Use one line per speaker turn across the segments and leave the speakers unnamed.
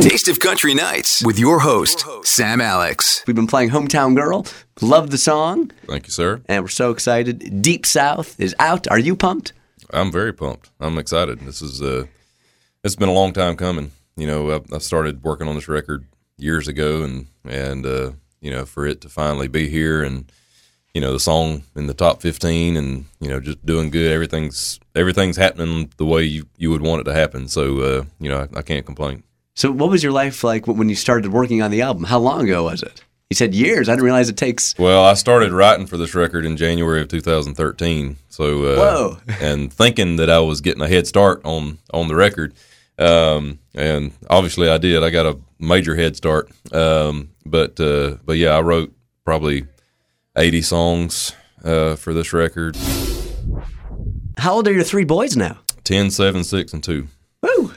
Taste of Country Nights with your host, Sam Alex.
We've been playing Hometown Girl. Love the song,
Thank you, sir.
and we're so excited. Deep South is out. Are you pumped?
I'm very pumped. I'm excited. This is uh, it's been a long time coming. You know, I, I started working on this record years ago, and and uh, you know, for it to finally be here, and you know, the song in the top 15, and you know, just doing good. Everything's everything's happening the way you you would want it to happen. So uh, you know, I, I can't complain.
So, what was your life like when you started working on the album? How long ago was it? You said years. I didn't realize it takes.
Well, I started writing for this record in January of 2013. So, uh,
Whoa.
and thinking that I was getting a head start on on the record, um, and obviously I did. I got a major head start. Um, but uh, but yeah, I wrote probably 80 songs uh, for this record.
How old are your three boys now?
10, 7, 6, and two.
Woo,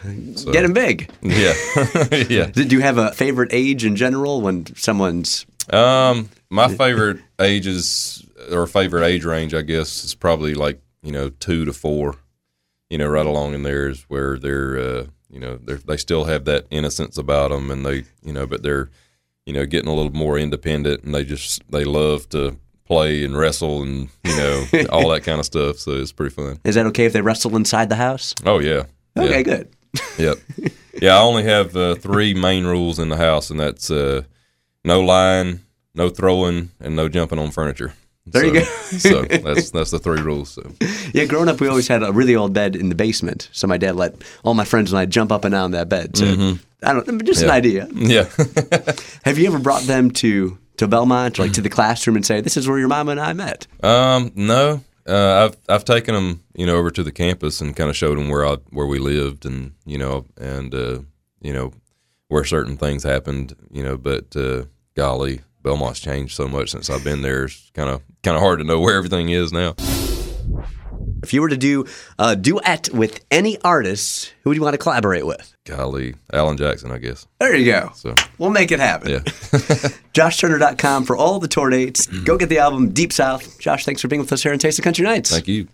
getting big.
Yeah, yeah.
Do you have a favorite age in general when someone's
Um, my favorite ages or favorite age range, I guess, is probably like you know two to four. You know, right along in there is where they're uh, you know they're, they still have that innocence about them, and they you know, but they're you know getting a little more independent, and they just they love to play and wrestle and you know all that kind of stuff. So it's pretty fun.
Is that okay if they wrestle inside the house?
Oh yeah. Yeah.
Okay, good.
Yep. Yeah, I only have uh, three main rules in the house, and that's uh, no lying, no throwing, and no jumping on furniture.
There you
so that's that's the three rules. So.
Yeah, growing up, we always had a really old bed in the basement. So my dad let all my friends and I jump up and down that bed. So I don't just an idea.
Mm-hmm. Yeah.
Have you ever brought them to to Belmont, like to the classroom, and say, "This is where your mama and I met"?
um. No. Uh, I've I've taken them, you know, over to the campus and kind of showed them where I where we lived, and you know, and uh, you know, where certain things happened, you know. But uh, golly, Belmont's changed so much since I've been there. It's kind of kind of hard to know where everything is now.
If you were to do a duet with any artist, who would you want to collaborate with?
Golly, Alan Jackson, I guess.
There you go.
So
We'll make it happen.
yeah,
JoshTurner.com for all the tour dates. Go get the album Deep South. Josh, thanks for being with us here on Taste of Country Nights.
thank you.